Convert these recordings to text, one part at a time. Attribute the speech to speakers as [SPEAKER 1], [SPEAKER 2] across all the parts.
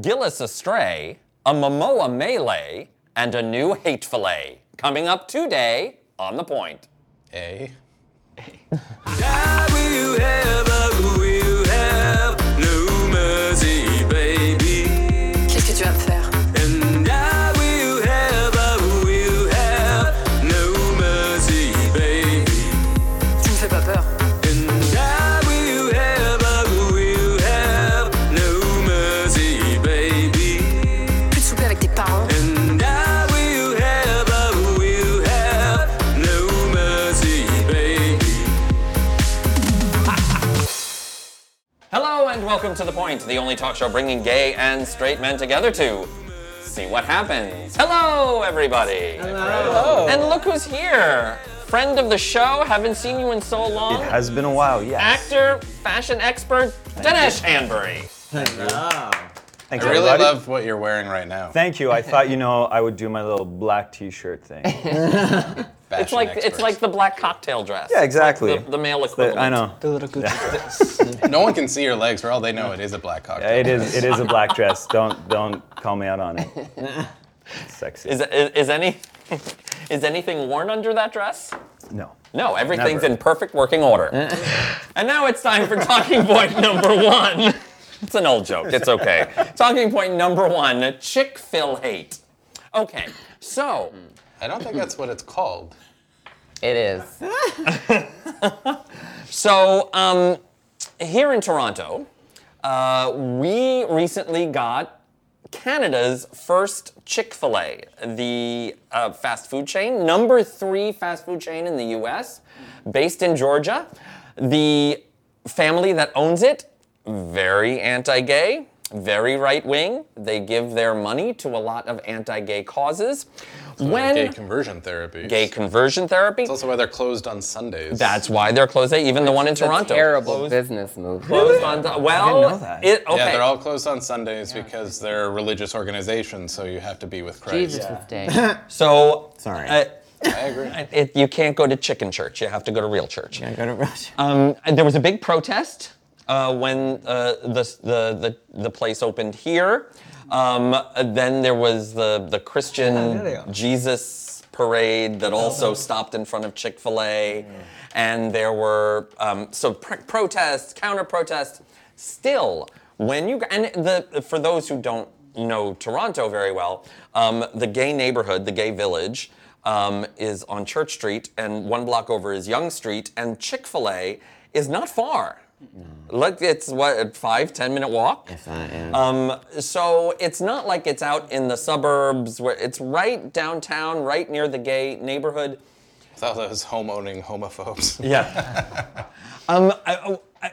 [SPEAKER 1] Gillis Astray, a Momoa Melee, and a new Hate Filet. Coming up today on The Point.
[SPEAKER 2] A.
[SPEAKER 3] Qu'est-ce que tu vas me faire Tu me fais pas peur. Plus de souper avec tes parents.
[SPEAKER 1] Hello and welcome to The Point, the only talk show bringing gay and straight men together to see what happens. Hello, everybody. Hello. And look who's here. Friend of the show, haven't seen you in so long.
[SPEAKER 4] It has been a while, yes.
[SPEAKER 1] Actor, fashion expert, Dinesh Hanbury.
[SPEAKER 4] Thank
[SPEAKER 2] I
[SPEAKER 4] you,
[SPEAKER 2] really
[SPEAKER 4] everybody.
[SPEAKER 2] love what you're wearing right now.
[SPEAKER 4] Thank you. I thought, you know, I would do my little black t-shirt thing.
[SPEAKER 1] It's like it's like the black cocktail dress.
[SPEAKER 4] Yeah, exactly.
[SPEAKER 1] The, the male
[SPEAKER 4] But
[SPEAKER 1] equivalent.
[SPEAKER 4] I know.
[SPEAKER 2] no one can see your legs. For all they know, it is a black cocktail.
[SPEAKER 4] It is it is a black dress. Don't don't call me out on it. It's sexy.
[SPEAKER 1] Is, is, is any is anything worn under that dress?
[SPEAKER 4] no.
[SPEAKER 1] No, everything's
[SPEAKER 4] Never.
[SPEAKER 1] in perfect working order. and now it's time for talking point number one. It's an old joke. It's okay. talking point number one: Chick Fil hate. Okay, so
[SPEAKER 2] I don't think that's what it's called.
[SPEAKER 5] It is.
[SPEAKER 1] So, um, here in Toronto, uh, we recently got Canada's first Chick fil A, the uh, fast food chain, number three fast food chain in the US, based in Georgia. The family that owns it, very anti gay, very right wing. They give their money to a lot of anti gay causes. when
[SPEAKER 2] Gay conversion therapy.
[SPEAKER 1] gay conversion therapy,
[SPEAKER 2] That's also why they're closed on Sundays.
[SPEAKER 1] that's why they're closed, even the one in Toronto.
[SPEAKER 5] Terrible business move.
[SPEAKER 1] Closed on Sun- well,
[SPEAKER 4] know that.
[SPEAKER 1] it- okay.
[SPEAKER 2] Yeah, they're all closed on Sundays because they're a religious organization, so you have to be with Christ.
[SPEAKER 5] Jesus mistake.
[SPEAKER 1] so
[SPEAKER 6] Sorry.
[SPEAKER 1] uh,
[SPEAKER 2] I agree.
[SPEAKER 1] it, you can't go to chicken church. You have to go to real church.
[SPEAKER 6] I go to Russia.
[SPEAKER 1] Um, and there was a big protest uh, when uh, the, the the the place opened here. Um, then there was the the
[SPEAKER 6] there
[SPEAKER 1] Christian
[SPEAKER 6] they are. Oh.
[SPEAKER 1] Jesus parade that also stopped in front of Chick Fil A, and there were um, so pr- protests, counter protests. Still, when you and the for those who don't know Toronto very well, um, the gay neighborhood, the gay village. Um, is on Church Street, and one block over is Young Street, and Chick Fil A is not far. Like it's what a five ten minute walk.
[SPEAKER 6] If I am.
[SPEAKER 1] Um, so it's not like it's out in the suburbs where it's right downtown, right near the gay neighborhood.
[SPEAKER 2] With all those home-owning homophobes.
[SPEAKER 1] Yeah. um, I, I-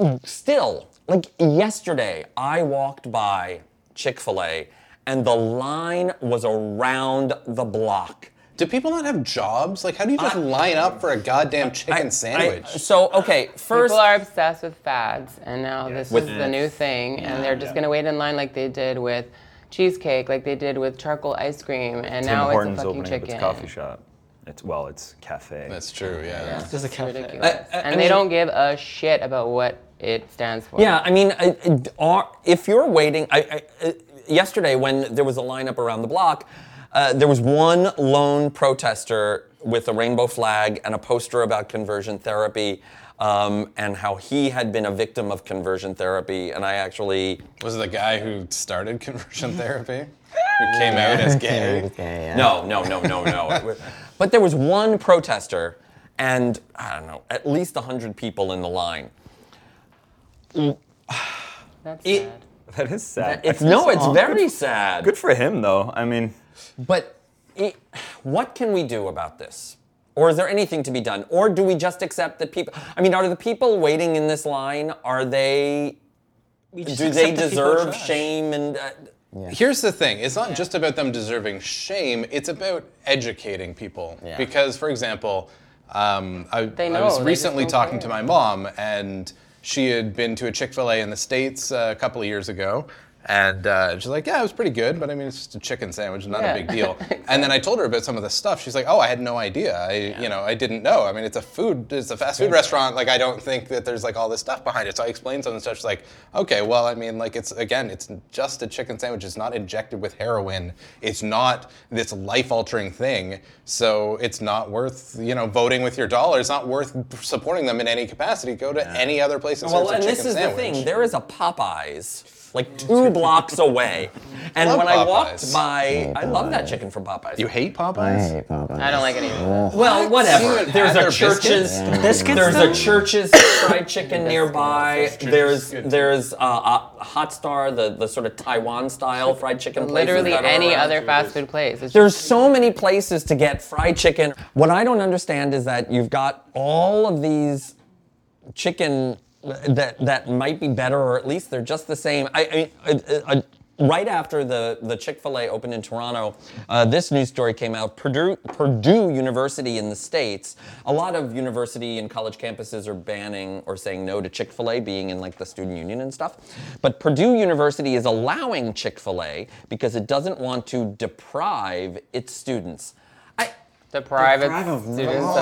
[SPEAKER 1] I- still, like yesterday, I walked by Chick Fil A, and the line was around the block.
[SPEAKER 2] Do people not have jobs? Like, how do you just
[SPEAKER 1] I-
[SPEAKER 2] line up for a goddamn
[SPEAKER 1] I-
[SPEAKER 2] chicken
[SPEAKER 1] I-
[SPEAKER 2] sandwich?
[SPEAKER 1] so okay, first.
[SPEAKER 5] People are obsessed with fads, and now this
[SPEAKER 1] With-
[SPEAKER 5] is the new thing, and they're just gonna wait in line like they did with cheesecake, like they did with charcoal ice cream, and
[SPEAKER 4] Tim
[SPEAKER 5] now
[SPEAKER 4] Hortons
[SPEAKER 5] it's a
[SPEAKER 4] opening
[SPEAKER 5] fucking
[SPEAKER 4] up
[SPEAKER 5] chicken.
[SPEAKER 4] its coffee shop. It's well, it's cafe.
[SPEAKER 2] That's true. Yeah.
[SPEAKER 6] It's just a cafe.
[SPEAKER 5] Ridiculous. and they
[SPEAKER 1] mean-
[SPEAKER 5] don't give a shit about what it stands for.
[SPEAKER 1] Yeah, I mean, I, I- d- are, if you're waiting, I, I, uh, yesterday when there was a lineup around the block, uh, there was one lone protester with a rainbow flag and a poster about conversion therapy um, and how he had been a victim of conversion therapy. And I actually,
[SPEAKER 2] Was it the guy who started conversion therapy? Who came out as gay?
[SPEAKER 6] Okay, yeah.
[SPEAKER 1] no, no, no, no, no. It was- but there was one protester and I don't know, at least 100 people in the line.
[SPEAKER 5] That's
[SPEAKER 1] It-
[SPEAKER 5] sad.
[SPEAKER 4] that is sad.
[SPEAKER 1] It's, no, it's
[SPEAKER 4] Aw,
[SPEAKER 1] very
[SPEAKER 4] good,
[SPEAKER 1] sad.
[SPEAKER 4] good for him though. I mean,
[SPEAKER 1] But it, what can we do about this? Or is there anything to be done? Or do we just accept that people? I mean, are the people waiting in this line? Are they? Do they deserve shame? And uh,
[SPEAKER 2] Here's the thing it's not just about them deserving shame, it's about educating people. Because, for example, um, I,
[SPEAKER 5] They
[SPEAKER 2] I was
[SPEAKER 5] know, they just
[SPEAKER 2] recently
[SPEAKER 5] don't
[SPEAKER 2] talking to
[SPEAKER 5] care.
[SPEAKER 2] my mom, and She had been to a Chick fil A in the States uh, a couple of years ago. And uh, she's like, yeah, it was pretty good, but I mean, it's just a chicken sandwich, not a
[SPEAKER 5] Yeah.
[SPEAKER 2] big deal. And then I told her about some of the stuff. She's like, oh, I had no idea. I, you know, I didn't know. I mean, it's a food, it's a fast food restaurant. Like, I don't think that there's like all this stuff behind it. So I explained some of the stuff. She's like, okay, well, I mean, like, it's again, it's just a chicken sandwich. It's not injected with heroin. It's not this life-altering thing. So it's not worth, you know, voting with your dollar. It's not worth supporting them in any capacity. Go to any other place that
[SPEAKER 1] Well,
[SPEAKER 2] serves
[SPEAKER 1] and
[SPEAKER 2] a chicken
[SPEAKER 1] this is
[SPEAKER 2] sandwich.
[SPEAKER 1] the thing. There is a Popeyes like two blocks away, and
[SPEAKER 2] Love
[SPEAKER 1] when I walked
[SPEAKER 2] Popeyes. Oh,
[SPEAKER 1] by, I love that chicken from Popeyes.
[SPEAKER 2] you hate Popeyes?
[SPEAKER 5] I don't like any of it.
[SPEAKER 1] well,
[SPEAKER 2] You
[SPEAKER 1] whatever.
[SPEAKER 2] had
[SPEAKER 1] There's
[SPEAKER 2] their
[SPEAKER 1] a church's.
[SPEAKER 2] biscuits?
[SPEAKER 6] Biscuits,
[SPEAKER 1] There's
[SPEAKER 6] though?
[SPEAKER 1] a church's fried chicken nearby. There's there's uh, uh, Hot Star, the the sort of Taiwan style fried chicken. places
[SPEAKER 5] Literally
[SPEAKER 1] that are
[SPEAKER 5] any
[SPEAKER 1] around.
[SPEAKER 5] other fast food place. It's
[SPEAKER 1] There's so many places to get fried chicken. What I don't understand is that you've got all of these chicken that that might be better, or at least they're just the same. I, I, I, I- right after the the Chick Fil A opened in Toronto, uh, this news story came out. Purdue Purdue University in the states. A lot of university and college campuses are banning or saying no to Chick Fil A, being in like the student union and stuff. But Purdue University is allowing Chick Fil A because it doesn't want to deprive its students. I,
[SPEAKER 5] the private
[SPEAKER 6] Deprive of-
[SPEAKER 5] students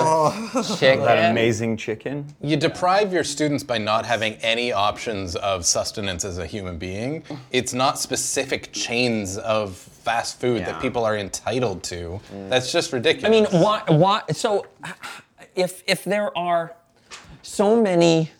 [SPEAKER 5] of chicken.
[SPEAKER 4] That amazing chicken.
[SPEAKER 2] You deprive your students by not having any options of sustenance as a human being. It's not specific chains of fast food that
[SPEAKER 4] Yeah.
[SPEAKER 2] people are entitled to. That's just ridiculous.
[SPEAKER 1] I mean, why? Why? So, if if there are so many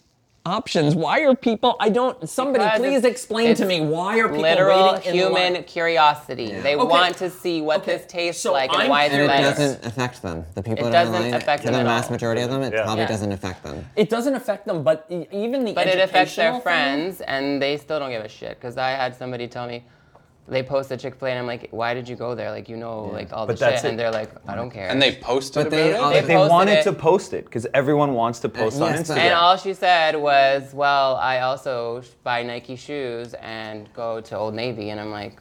[SPEAKER 1] options, why are people? I don't. Somebody,
[SPEAKER 5] Because
[SPEAKER 1] please
[SPEAKER 5] it's-
[SPEAKER 1] explain to
[SPEAKER 5] it's
[SPEAKER 1] me why are people
[SPEAKER 5] Literal
[SPEAKER 1] waiting in
[SPEAKER 5] human
[SPEAKER 1] line?
[SPEAKER 5] curiosity. They
[SPEAKER 1] Okay.
[SPEAKER 5] want to see what
[SPEAKER 1] Okay.
[SPEAKER 5] this tastes
[SPEAKER 1] So
[SPEAKER 5] like and
[SPEAKER 1] I'm-
[SPEAKER 5] why
[SPEAKER 6] And it
[SPEAKER 5] it's nice.
[SPEAKER 6] doesn't affect them. The people
[SPEAKER 5] It
[SPEAKER 6] that are in
[SPEAKER 5] doesn't
[SPEAKER 6] line,
[SPEAKER 5] affect
[SPEAKER 6] to
[SPEAKER 5] them
[SPEAKER 6] the
[SPEAKER 5] at
[SPEAKER 6] vast
[SPEAKER 5] all.
[SPEAKER 6] majority of them, it
[SPEAKER 4] Yeah.
[SPEAKER 6] probably
[SPEAKER 5] Yeah.
[SPEAKER 6] doesn't affect them.
[SPEAKER 1] It doesn't affect them, but e- even the
[SPEAKER 5] But it affects their
[SPEAKER 1] educational thing?
[SPEAKER 5] friends, and they still don't give a shit. Because I had somebody tell me, they post a Chick Fil A, and I'm like, why did you go there? Like, you know, like all
[SPEAKER 4] But
[SPEAKER 5] the shit,
[SPEAKER 4] that's
[SPEAKER 5] and
[SPEAKER 4] it.
[SPEAKER 5] they're like, I don't care.
[SPEAKER 2] and they posted
[SPEAKER 6] But they
[SPEAKER 2] about
[SPEAKER 6] all-
[SPEAKER 2] it.
[SPEAKER 6] They
[SPEAKER 4] They
[SPEAKER 5] posted
[SPEAKER 4] wanted
[SPEAKER 5] it.
[SPEAKER 4] to post it because everyone wants to post on
[SPEAKER 6] yes,
[SPEAKER 4] Instagram.
[SPEAKER 6] but-
[SPEAKER 5] and all she said was, well, I also sh- buy Nike shoes and go to Old Navy, and I'm like,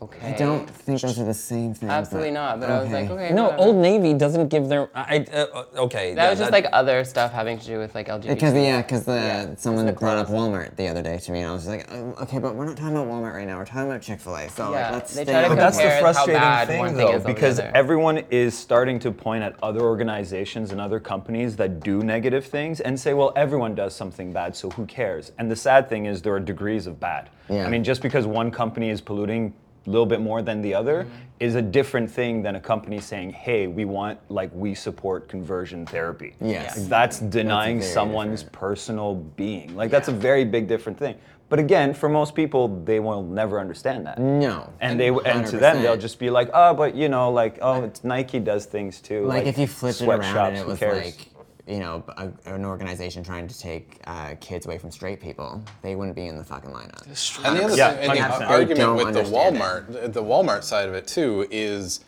[SPEAKER 5] okay.
[SPEAKER 6] I don't think those are the same things.
[SPEAKER 5] Absolutely not. But I was like, okay.
[SPEAKER 1] No,
[SPEAKER 5] whatever.
[SPEAKER 1] Old Navy doesn't give their. I, I- uh, okay.
[SPEAKER 5] That
[SPEAKER 1] yeah,
[SPEAKER 5] was just like other stuff having to do with like LGBT.
[SPEAKER 6] Because yeah, because the someone
[SPEAKER 5] the
[SPEAKER 6] brought up
[SPEAKER 5] clothes.
[SPEAKER 6] Walmart the other day to me, and I was like, um, okay, but we're not talking about Walmart right now. We're talking about Chick Fil A. So
[SPEAKER 5] Yeah,
[SPEAKER 6] like, let's
[SPEAKER 5] they
[SPEAKER 6] stay
[SPEAKER 5] try to
[SPEAKER 6] on
[SPEAKER 4] But that's the
[SPEAKER 5] compare
[SPEAKER 6] topic.
[SPEAKER 5] how bad
[SPEAKER 4] frustrating
[SPEAKER 5] one
[SPEAKER 4] thing,
[SPEAKER 5] thing
[SPEAKER 4] though,
[SPEAKER 5] is on the
[SPEAKER 4] because
[SPEAKER 5] other.
[SPEAKER 4] everyone is starting to point at other organizations and other companies that do negative things and say, well, everyone does something bad, so who cares? And the sad thing is, there are degrees of bad.
[SPEAKER 6] Yeah.
[SPEAKER 4] I mean, just because one company is polluting a little bit more than the other
[SPEAKER 5] Mm-hmm.
[SPEAKER 4] is a different thing than a company saying, hey, we want, like, we support conversion therapy.
[SPEAKER 6] Yes.
[SPEAKER 4] Like, That's denying
[SPEAKER 6] very
[SPEAKER 4] someone's personal being. Like, that's a very big different thing. But again, for most people, they will never understand that
[SPEAKER 6] No.
[SPEAKER 4] and they and to them they'll
[SPEAKER 6] 100%.
[SPEAKER 4] just be like, oh, but you know, like, oh, it's Nike does things too.
[SPEAKER 6] like, if you flipped it around and
[SPEAKER 4] sweatshops,
[SPEAKER 6] it
[SPEAKER 4] who
[SPEAKER 6] was
[SPEAKER 4] cares?
[SPEAKER 6] like you know a, an organization trying to take uh, kids away from straight people, they wouldn't be in the fucking lineup.
[SPEAKER 2] And the other
[SPEAKER 4] Yeah,
[SPEAKER 2] thing, and the
[SPEAKER 4] 100%.
[SPEAKER 6] They
[SPEAKER 2] argument
[SPEAKER 6] don't
[SPEAKER 2] with the
[SPEAKER 6] understand it.
[SPEAKER 2] Walmart, the Walmart side of it too, is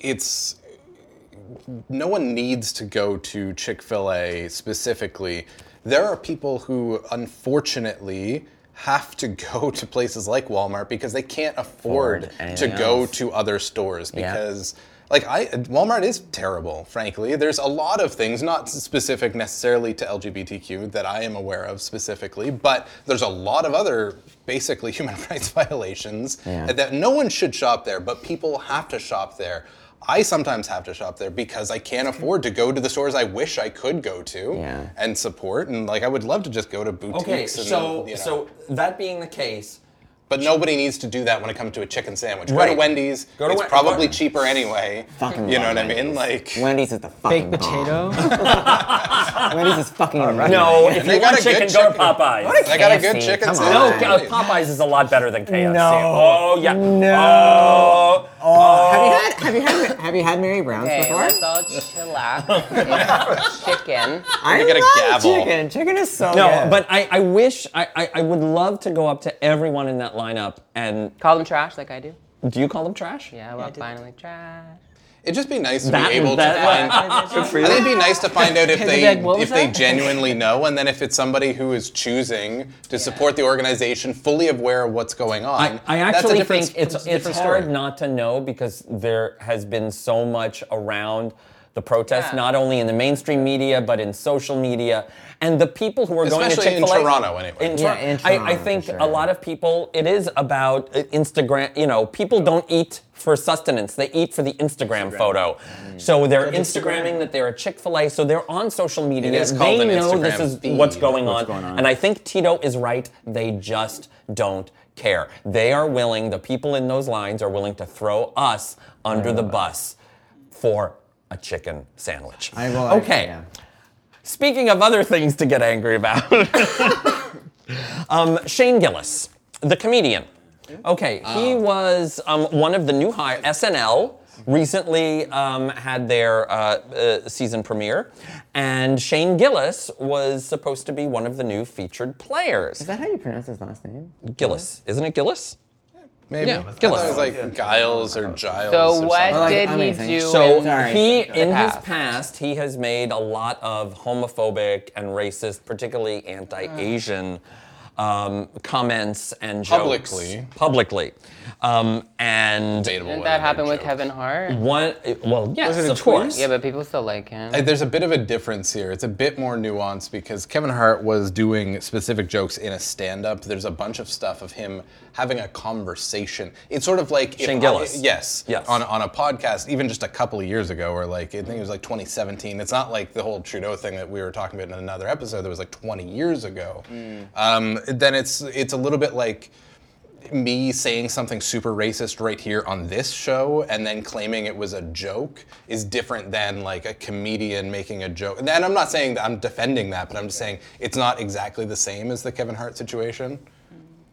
[SPEAKER 2] it's no one needs to go to Chick Fil A specifically. There are people who unfortunately have to go to places like Walmart because they can't afford to
[SPEAKER 6] anything
[SPEAKER 2] go
[SPEAKER 6] else.
[SPEAKER 2] to other stores because. Like I, Walmart is terrible. Frankly, there's a lot of things not specific necessarily to LGBTQ that I am aware of specifically, but there's a lot of other basically human rights violations
[SPEAKER 6] Yeah.
[SPEAKER 2] that no one should shop there, but people have to shop there. I sometimes have to shop there because I can't afford to go to the stores I wish I could go to
[SPEAKER 6] Yeah.
[SPEAKER 2] and support. And like, I would love to just go to boutiques.
[SPEAKER 1] Okay,
[SPEAKER 2] and,
[SPEAKER 1] so
[SPEAKER 2] you know.
[SPEAKER 1] so that being the case,
[SPEAKER 2] but nobody needs to do that when it comes to a chicken sandwich. Go
[SPEAKER 1] Right.
[SPEAKER 2] to Wendy's.
[SPEAKER 1] Go to
[SPEAKER 2] it's
[SPEAKER 1] Wen-
[SPEAKER 2] probably
[SPEAKER 1] go-
[SPEAKER 2] cheaper anyway.
[SPEAKER 6] Fucking
[SPEAKER 2] you know
[SPEAKER 6] love
[SPEAKER 2] what I mean? Like,
[SPEAKER 6] Wendy's is the fucking Baked bomb. potato. Wendy's is fucking amazing.
[SPEAKER 1] no. If
[SPEAKER 2] They
[SPEAKER 1] you
[SPEAKER 2] got
[SPEAKER 1] want
[SPEAKER 2] a good
[SPEAKER 1] chicken, go to
[SPEAKER 2] chicken.
[SPEAKER 1] Popeyes.
[SPEAKER 2] I got a good
[SPEAKER 6] KFC,
[SPEAKER 2] chicken
[SPEAKER 6] come
[SPEAKER 2] sandwich.
[SPEAKER 1] No,
[SPEAKER 6] on.
[SPEAKER 1] uh, Popeyes is a lot better than KFC.
[SPEAKER 6] No.
[SPEAKER 1] Oh yeah.
[SPEAKER 6] No.
[SPEAKER 1] Oh. oh.
[SPEAKER 6] Have you had have you had have you had Mary Brown's
[SPEAKER 5] Okay,
[SPEAKER 6] before?
[SPEAKER 5] let's all chillax. It's chicken.
[SPEAKER 6] I
[SPEAKER 2] You gotta
[SPEAKER 6] love
[SPEAKER 2] gavel.
[SPEAKER 6] chicken. Chicken is so
[SPEAKER 1] No,
[SPEAKER 6] good.
[SPEAKER 1] but I, I wish I, I, I would love to go up to everyone in that lineup and
[SPEAKER 5] Call them trash like I do.
[SPEAKER 1] do you call them trash?
[SPEAKER 5] Yeah, I walk by and I'm like trash.
[SPEAKER 2] It'd just be nice to
[SPEAKER 1] That-
[SPEAKER 2] be able
[SPEAKER 1] that-
[SPEAKER 2] to find. I think it'd be nice to find out if
[SPEAKER 5] They'd be
[SPEAKER 2] they
[SPEAKER 5] like, "What was
[SPEAKER 2] if they
[SPEAKER 5] that?"
[SPEAKER 2] genuinely know, and then if it's somebody who is choosing to support the organization, fully aware of what's going on.
[SPEAKER 1] I, I
[SPEAKER 2] That's a
[SPEAKER 1] actually
[SPEAKER 2] different-
[SPEAKER 1] think it's
[SPEAKER 2] a
[SPEAKER 1] it's
[SPEAKER 2] different
[SPEAKER 1] hard
[SPEAKER 2] story.
[SPEAKER 1] not to know because there has been so much around the protests,
[SPEAKER 5] Yeah.
[SPEAKER 1] not only in the mainstream media but in social media, and the people who are
[SPEAKER 2] Especially
[SPEAKER 1] going
[SPEAKER 2] in
[SPEAKER 1] to Chick-fil-A,
[SPEAKER 2] Toronto, anyway.
[SPEAKER 1] In
[SPEAKER 6] Yeah,
[SPEAKER 1] Tor-
[SPEAKER 6] in
[SPEAKER 1] I, I
[SPEAKER 6] Toronto,
[SPEAKER 1] think
[SPEAKER 6] for
[SPEAKER 1] a
[SPEAKER 6] sure.
[SPEAKER 1] lot of people. It is about uh, Instagram. You know, people don't eat for sustenance; they eat for the Instagram, photo.
[SPEAKER 2] Mm.
[SPEAKER 1] So they're Instagramming that they're a Chick-fil-A. So they're on social media.
[SPEAKER 2] is called
[SPEAKER 1] they
[SPEAKER 2] an
[SPEAKER 1] know this
[SPEAKER 2] Instagram
[SPEAKER 1] is
[SPEAKER 2] feed.
[SPEAKER 1] what's going,
[SPEAKER 4] What's
[SPEAKER 1] on.
[SPEAKER 4] going on.
[SPEAKER 1] and I think Tito is right. They just don't care. They are willing. The people in those lines are willing to throw us under the bus for a chicken sandwich.
[SPEAKER 6] I will.
[SPEAKER 1] okay.
[SPEAKER 6] yeah.
[SPEAKER 1] Speaking of other things to get angry about, um, Shane Gillis, the comedian. Okay, he was um, one of the new hire. SNL recently um, had their uh, uh, season premiere, and Shane Gillis was supposed to be one of the new featured players.
[SPEAKER 6] Is that how you pronounce his last name?
[SPEAKER 1] Gillis, isn't it Gillis?
[SPEAKER 2] Maybe.
[SPEAKER 1] Yeah,
[SPEAKER 2] I thought it
[SPEAKER 1] Gillis.
[SPEAKER 2] was like Giles or Giles.
[SPEAKER 5] So
[SPEAKER 2] or
[SPEAKER 5] what
[SPEAKER 2] something.
[SPEAKER 6] like,
[SPEAKER 5] did
[SPEAKER 6] amazing.
[SPEAKER 5] he do?
[SPEAKER 1] So
[SPEAKER 5] in-
[SPEAKER 6] Sorry.
[SPEAKER 1] he,
[SPEAKER 5] Oh, The
[SPEAKER 1] in his
[SPEAKER 5] past.
[SPEAKER 1] past, he has made a lot of homophobic and racist, particularly anti-Asian, um, comments and jokes
[SPEAKER 2] Publicly.
[SPEAKER 1] Publicly, um, and
[SPEAKER 2] Debatable
[SPEAKER 5] didn't
[SPEAKER 2] whether
[SPEAKER 5] that
[SPEAKER 2] they're
[SPEAKER 5] happen with
[SPEAKER 2] jokes.
[SPEAKER 5] Kevin Hart?
[SPEAKER 1] one. Well, yes,
[SPEAKER 2] Was it a
[SPEAKER 1] of course.
[SPEAKER 5] Yeah, but people still like him.
[SPEAKER 2] Uh, There's a bit of a difference here. It's a bit more nuanced because Kevin Hart was doing specific jokes in a stand up. There's a bunch of stuff of him having a conversation. It's sort of like. if
[SPEAKER 1] Shane
[SPEAKER 2] I-
[SPEAKER 1] Gillis.
[SPEAKER 2] yes.
[SPEAKER 1] Yes.
[SPEAKER 2] On, on a podcast, even just a couple of years ago, or like, I think it was like 2017. It's not like the whole Trudeau thing that we were talking about in another episode that was like 20 years ago.
[SPEAKER 1] Mm.
[SPEAKER 2] Um, then it's, it's a little bit like me saying something super racist right here on this show and then claiming it was a joke is different than like a comedian making a joke. And I'm not saying that I'm defending that, but I'm just saying it's not exactly the same as the Kevin Hart situation.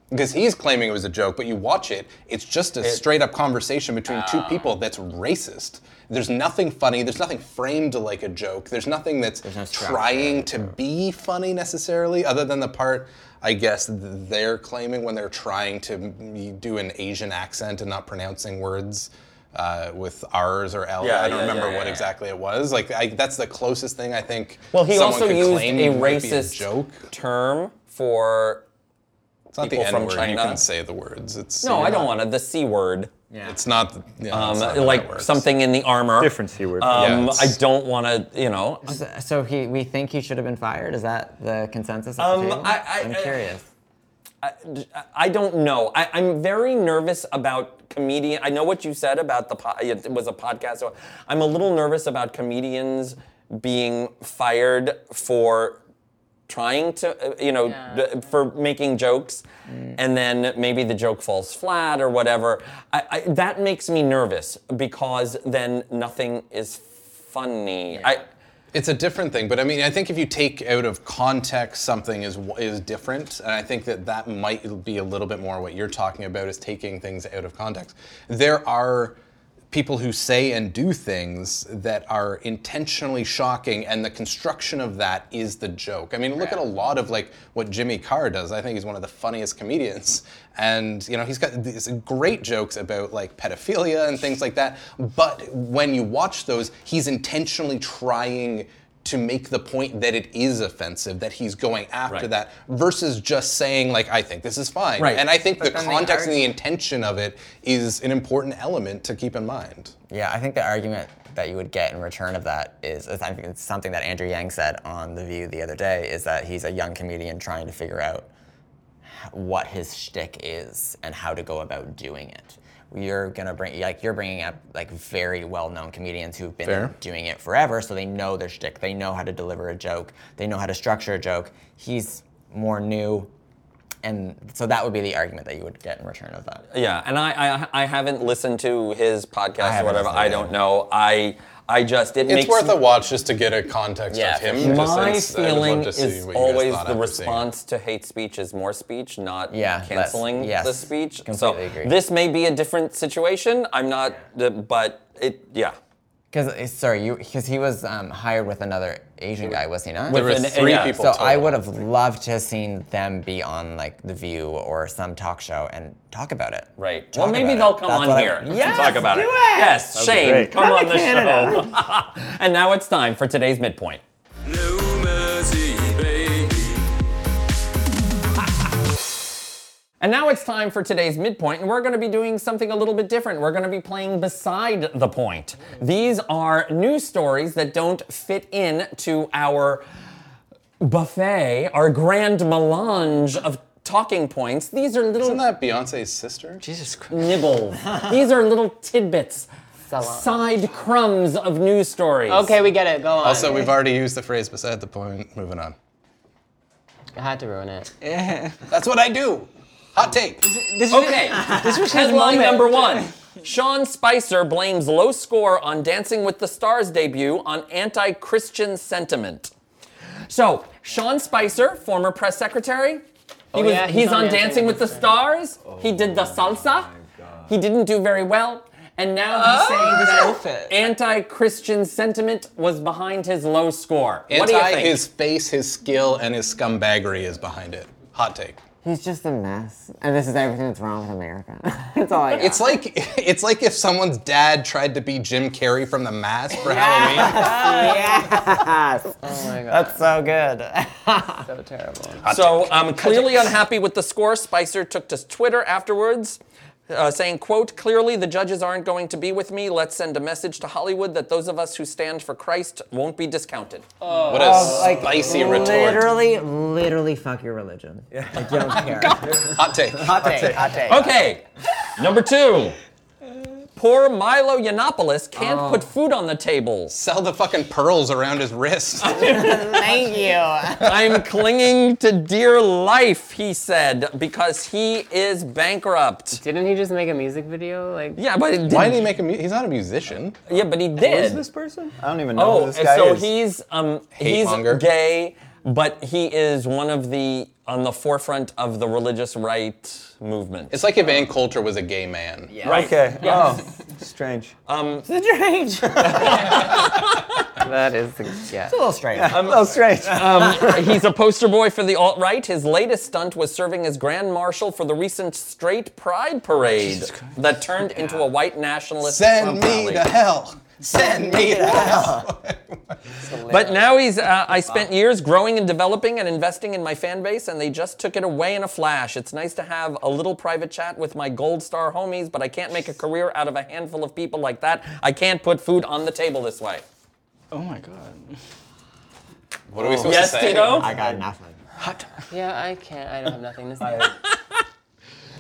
[SPEAKER 2] Because he's claiming it was a joke, but you watch it, it's just a straight up conversation between
[SPEAKER 1] Ah.
[SPEAKER 2] two people that's racist. There's nothing funny, there's nothing framed like a joke, there's nothing that's
[SPEAKER 6] no structure.
[SPEAKER 2] trying to be funny necessarily, other than the part, I guess, th- they're claiming when they're trying to m- do an Asian accent and not pronouncing words. Uh, with R's or L's.
[SPEAKER 1] Yeah,
[SPEAKER 2] I don't
[SPEAKER 1] yeah,
[SPEAKER 2] remember
[SPEAKER 1] yeah,
[SPEAKER 2] what
[SPEAKER 1] yeah.
[SPEAKER 2] exactly it was. Like I, that's the closest thing I think.
[SPEAKER 1] Well, he
[SPEAKER 2] someone
[SPEAKER 1] also
[SPEAKER 2] could
[SPEAKER 1] used
[SPEAKER 2] claim
[SPEAKER 1] a
[SPEAKER 2] might be
[SPEAKER 1] racist
[SPEAKER 2] joke.
[SPEAKER 1] term for.
[SPEAKER 2] It's not the
[SPEAKER 1] people
[SPEAKER 2] N
[SPEAKER 1] from
[SPEAKER 2] word. You
[SPEAKER 1] China.
[SPEAKER 2] can say the words. It's
[SPEAKER 1] No, I
[SPEAKER 2] you're
[SPEAKER 1] don't
[SPEAKER 2] not-
[SPEAKER 1] want to. The c word.
[SPEAKER 6] Yeah.
[SPEAKER 2] It's not, yeah,
[SPEAKER 1] Um,
[SPEAKER 2] it's not how that
[SPEAKER 1] like
[SPEAKER 2] works.
[SPEAKER 1] something in the armor.
[SPEAKER 4] Different C word.
[SPEAKER 2] Yeah,
[SPEAKER 1] Um, I
[SPEAKER 2] it's-
[SPEAKER 1] don't want to. You know.
[SPEAKER 6] So- So he, we think he should have been fired. Is that the consensus? At
[SPEAKER 1] Um,
[SPEAKER 6] the table?
[SPEAKER 1] I- I-
[SPEAKER 6] am
[SPEAKER 1] I-
[SPEAKER 6] curious.
[SPEAKER 1] I don't know. I, I'm very nervous about comedian. I know what you said about the po- it was a podcast. so I'm a little nervous about comedians being fired for trying to, uh, you know,
[SPEAKER 5] Yeah.
[SPEAKER 1] d- for making jokes, and then maybe the joke falls flat or whatever. I, I, that makes me nervous because then nothing is funny. I,
[SPEAKER 2] It's a different thing, but I mean, I think if you take out of context something is is different, and I think that that might be a little bit more what you're talking about is taking things out of context. There are people who say and do things that are intentionally shocking, and the construction of that is the joke. I mean, look at a lot of like what Jimmy Carr does. I think he's one of the funniest comedians, and you know he's got these great jokes about like pedophilia and things like that. But when you watch those, he's intentionally trying to make the point that it is offensive, that he's going after
[SPEAKER 1] Right.
[SPEAKER 2] that, versus just saying like I think this is fine.
[SPEAKER 1] Right.
[SPEAKER 2] And I think the
[SPEAKER 6] then they
[SPEAKER 2] context and the
[SPEAKER 6] argue-
[SPEAKER 2] intention of it is an important element to keep in mind.
[SPEAKER 6] Yeah, I think the argument that you would get in return of that is, is I think it's something that Andrew Yang said on The View the other day, is that he's a young comedian trying to figure out h- what his shtick is and how to go about doing it. You're gonna bring like you're bringing up like very well-known comedians who've been
[SPEAKER 2] Fair.
[SPEAKER 6] doing it forever, so they know their shtick. They know how to deliver a joke. They know how to structure a joke. He's more new, and so that would be the argument that you would get in return of that.
[SPEAKER 1] Yeah, and I, I I haven't listened to his podcast or
[SPEAKER 6] haven't
[SPEAKER 1] whatever.
[SPEAKER 6] listened
[SPEAKER 1] I
[SPEAKER 6] to
[SPEAKER 1] don't
[SPEAKER 6] it.
[SPEAKER 1] know. I I just it
[SPEAKER 2] It's
[SPEAKER 1] makes
[SPEAKER 2] worth a watch just to get a context
[SPEAKER 6] Yeah,
[SPEAKER 2] of him.
[SPEAKER 6] for sure.
[SPEAKER 2] just
[SPEAKER 1] my
[SPEAKER 2] since I would love
[SPEAKER 1] feeling
[SPEAKER 2] to see
[SPEAKER 1] is
[SPEAKER 2] what you guys
[SPEAKER 1] always
[SPEAKER 2] thought
[SPEAKER 1] the
[SPEAKER 2] after seeing it.
[SPEAKER 1] response to hate speech is more speech, not
[SPEAKER 6] Yeah, less-
[SPEAKER 1] canceling
[SPEAKER 6] yes,
[SPEAKER 1] the speech. so
[SPEAKER 6] completely agree.
[SPEAKER 1] this may be a different situation. I'm not, the but it yeah.
[SPEAKER 6] Because eh, sorry, you because he was um, hired with another Asian guy, was he not?
[SPEAKER 2] There were
[SPEAKER 1] With an-
[SPEAKER 2] three
[SPEAKER 1] yeah.
[SPEAKER 2] people
[SPEAKER 6] so I
[SPEAKER 2] total.
[SPEAKER 6] would have loved to have seen them be on like The View or some talk show and talk about it.
[SPEAKER 1] Right.
[SPEAKER 6] Talk
[SPEAKER 1] well, maybe
[SPEAKER 6] about
[SPEAKER 1] they'll
[SPEAKER 6] it.
[SPEAKER 1] come
[SPEAKER 6] That's
[SPEAKER 1] on
[SPEAKER 6] what I-
[SPEAKER 1] here and
[SPEAKER 6] Yes,
[SPEAKER 1] talk about
[SPEAKER 6] do
[SPEAKER 1] it.
[SPEAKER 6] it.
[SPEAKER 1] Yes, Shane,
[SPEAKER 4] great.
[SPEAKER 1] come, on the show. and now it's time for today's midpoint.
[SPEAKER 7] No mercy, baby.
[SPEAKER 1] And now it's time for today's midpoint, and we're going to be doing something a little bit different. We're going to be playing beside the point. These are news stories that don't fit in to our buffet, our grand melange of talking points. These are little
[SPEAKER 2] Isn't that Beyonce's sister?
[SPEAKER 6] Jesus Christ.
[SPEAKER 1] nibbles. These are little tidbits, side crumbs of news stories.
[SPEAKER 5] Okay, we get it. Go on.
[SPEAKER 2] Also, we've already used the phrase beside the point. Moving on.
[SPEAKER 5] I had to ruin it.
[SPEAKER 2] That's what I do. Hot take.
[SPEAKER 6] This was,
[SPEAKER 1] Okay.
[SPEAKER 6] This was his
[SPEAKER 1] Headline
[SPEAKER 6] moment.
[SPEAKER 1] number one. Sean Spicer blames low score on Dancing with the Stars debut on anti Christian sentiment. So, Sean Spicer, former press secretary, he was,
[SPEAKER 5] yeah,
[SPEAKER 1] Oh, he's, on, Dancing, with the Oh Stars. He did the salsa. He didn't do very well. And now he's saying that
[SPEAKER 6] outfit.
[SPEAKER 1] anti Christian sentiment was behind his low score. what do you
[SPEAKER 2] Anti
[SPEAKER 1] think?
[SPEAKER 2] his face, his skill, and his scumbaggery is behind it. Hot take.
[SPEAKER 7] He's just a mess, and this is everything that's wrong with America. that's all I got.
[SPEAKER 2] It's like it's like if someone's dad tried to be Jim Carrey from The Mask for Halloween.
[SPEAKER 5] Oh my god,
[SPEAKER 6] That's so good.
[SPEAKER 5] so terrible.
[SPEAKER 1] So um, clearly unhappy with the score, Spicer took to Twitter afterwards. Uh, saying, quote, clearly the judges aren't going to be with me. Let's send a message to Hollywood that those of us who stand for Christ won't be discounted.
[SPEAKER 2] What a
[SPEAKER 1] Oh,
[SPEAKER 2] spicy retort.
[SPEAKER 7] Literally, literally, fuck your religion. Like you don't care.
[SPEAKER 2] Hot take.
[SPEAKER 6] Hot take, hot take.
[SPEAKER 1] Okay, number two. Oh. Poor Milo Yiannopoulos can't put food on the table.
[SPEAKER 2] Sell the fucking pearls around his wrist.
[SPEAKER 6] Thank you.
[SPEAKER 1] I'm clinging to dear life, he said, because he is bankrupt.
[SPEAKER 5] Didn't he just make a music video? Like,
[SPEAKER 1] Yeah, but it
[SPEAKER 2] Why did
[SPEAKER 1] didn't-
[SPEAKER 2] he make a? Mu- he's not a musician.
[SPEAKER 1] yeah, but he did.
[SPEAKER 4] Is this person? I don't even know
[SPEAKER 1] Oh,
[SPEAKER 4] who this
[SPEAKER 1] and
[SPEAKER 4] guy
[SPEAKER 1] so
[SPEAKER 4] is.
[SPEAKER 1] he's um
[SPEAKER 2] Hate
[SPEAKER 1] he's
[SPEAKER 2] monger.
[SPEAKER 1] gay, but he is one of the on the forefront of the religious right movement.
[SPEAKER 2] It's like if Ann Coulter was a gay man. Yeah.
[SPEAKER 1] right.
[SPEAKER 4] Okay. Oh, strange.
[SPEAKER 5] that is the, yeah.
[SPEAKER 6] A little strange.
[SPEAKER 4] oh, strange.
[SPEAKER 1] He's a poster boy for the alt right. His latest stunt was serving as grand marshal for the recent straight pride parade that turned into a white nationalist
[SPEAKER 2] Send
[SPEAKER 1] Trump
[SPEAKER 2] me
[SPEAKER 1] rally.
[SPEAKER 2] to hell. Send me to hell.
[SPEAKER 1] But now he's. Uh, I spent years growing and developing and investing in my fan base, and they just took it away in a flash. It's nice to have a little private chat with my gold star homies, but I can't make a career out of a handful of people like that. I can't put food on the table this way.
[SPEAKER 8] Oh my god.
[SPEAKER 2] What are we supposed
[SPEAKER 1] Yes,
[SPEAKER 2] to say?
[SPEAKER 1] Tito.
[SPEAKER 7] I got nothing.
[SPEAKER 5] Yeah, I can't. I don't have nothing to say.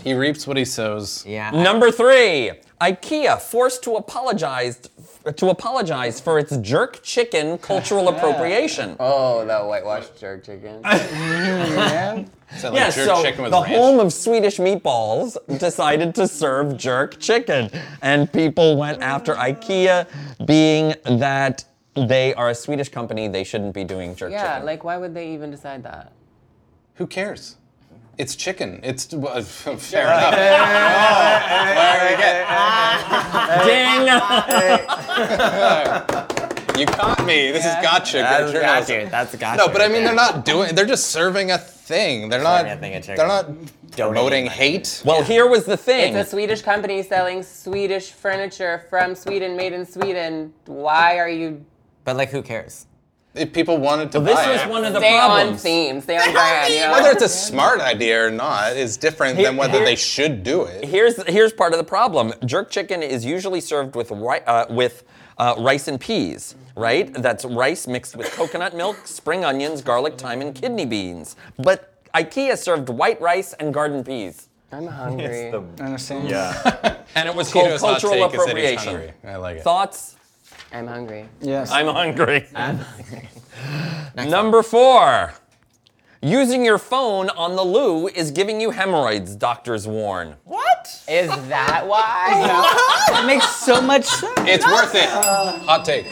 [SPEAKER 2] He reaps what he sows.
[SPEAKER 7] Yeah.
[SPEAKER 1] Number three. IKEA forced to apologize to apologize for its jerk chicken cultural appropriation.
[SPEAKER 5] oh, that whitewashed jerk chicken.
[SPEAKER 2] Is that like
[SPEAKER 1] Yeah,
[SPEAKER 2] jerk
[SPEAKER 1] so
[SPEAKER 2] chicken with
[SPEAKER 1] the
[SPEAKER 2] ranch?
[SPEAKER 1] home of Swedish meatballs decided to serve jerk chicken, and people went after IKEA, being that they are a Swedish company, they shouldn't be doing jerk
[SPEAKER 5] Yeah,
[SPEAKER 1] chicken.
[SPEAKER 5] like why would they even decide that?
[SPEAKER 2] Who cares? It's chicken. It's well, fair enough. Oh, where you get-
[SPEAKER 1] Ding!
[SPEAKER 2] You caught me. This is gotcha.
[SPEAKER 6] That's
[SPEAKER 2] good
[SPEAKER 6] got
[SPEAKER 2] journalism.
[SPEAKER 6] you. That's got
[SPEAKER 2] No,
[SPEAKER 6] you.
[SPEAKER 2] but I mean, they're not doing. They're just serving a thing. They're not.
[SPEAKER 6] Serving a thing of chicken.
[SPEAKER 2] They're not promoting
[SPEAKER 6] Donating
[SPEAKER 2] hate.
[SPEAKER 1] well, here was the thing.
[SPEAKER 5] It's a Swedish company selling Swedish furniture from Sweden, made in Sweden. Why are you?
[SPEAKER 6] But like, who cares?
[SPEAKER 2] If people wanted to
[SPEAKER 1] this
[SPEAKER 2] buy
[SPEAKER 1] was
[SPEAKER 2] it.
[SPEAKER 1] one of the
[SPEAKER 5] Stay on
[SPEAKER 1] problems.
[SPEAKER 5] theme. Stay on brand. You know?
[SPEAKER 2] Whether it's a smart idea or not is different than whether they should do it.
[SPEAKER 1] Here's here's part of the problem. Jerk chicken is usually served with ri- uh, with uh, rice and peas, right? That's rice mixed with coconut milk, spring onions, garlic, thyme, and kidney beans. But IKEA served white rice and garden peas,
[SPEAKER 5] I'm hungry.
[SPEAKER 8] Understand?
[SPEAKER 4] yeah.
[SPEAKER 1] and it was called
[SPEAKER 2] Tito's hot
[SPEAKER 1] cultural
[SPEAKER 2] take is that he's
[SPEAKER 1] appropriation.
[SPEAKER 2] hungry. I like it.
[SPEAKER 1] Thoughts?
[SPEAKER 5] I'm hungry.
[SPEAKER 8] Yes.
[SPEAKER 1] I'm hungry. Number four. Using your phone on the loo is giving you hemorrhoids, doctors warn.
[SPEAKER 5] Is that why?
[SPEAKER 8] That makes so much sense.
[SPEAKER 2] It's
[SPEAKER 1] Ah!
[SPEAKER 2] worth it. Hot take.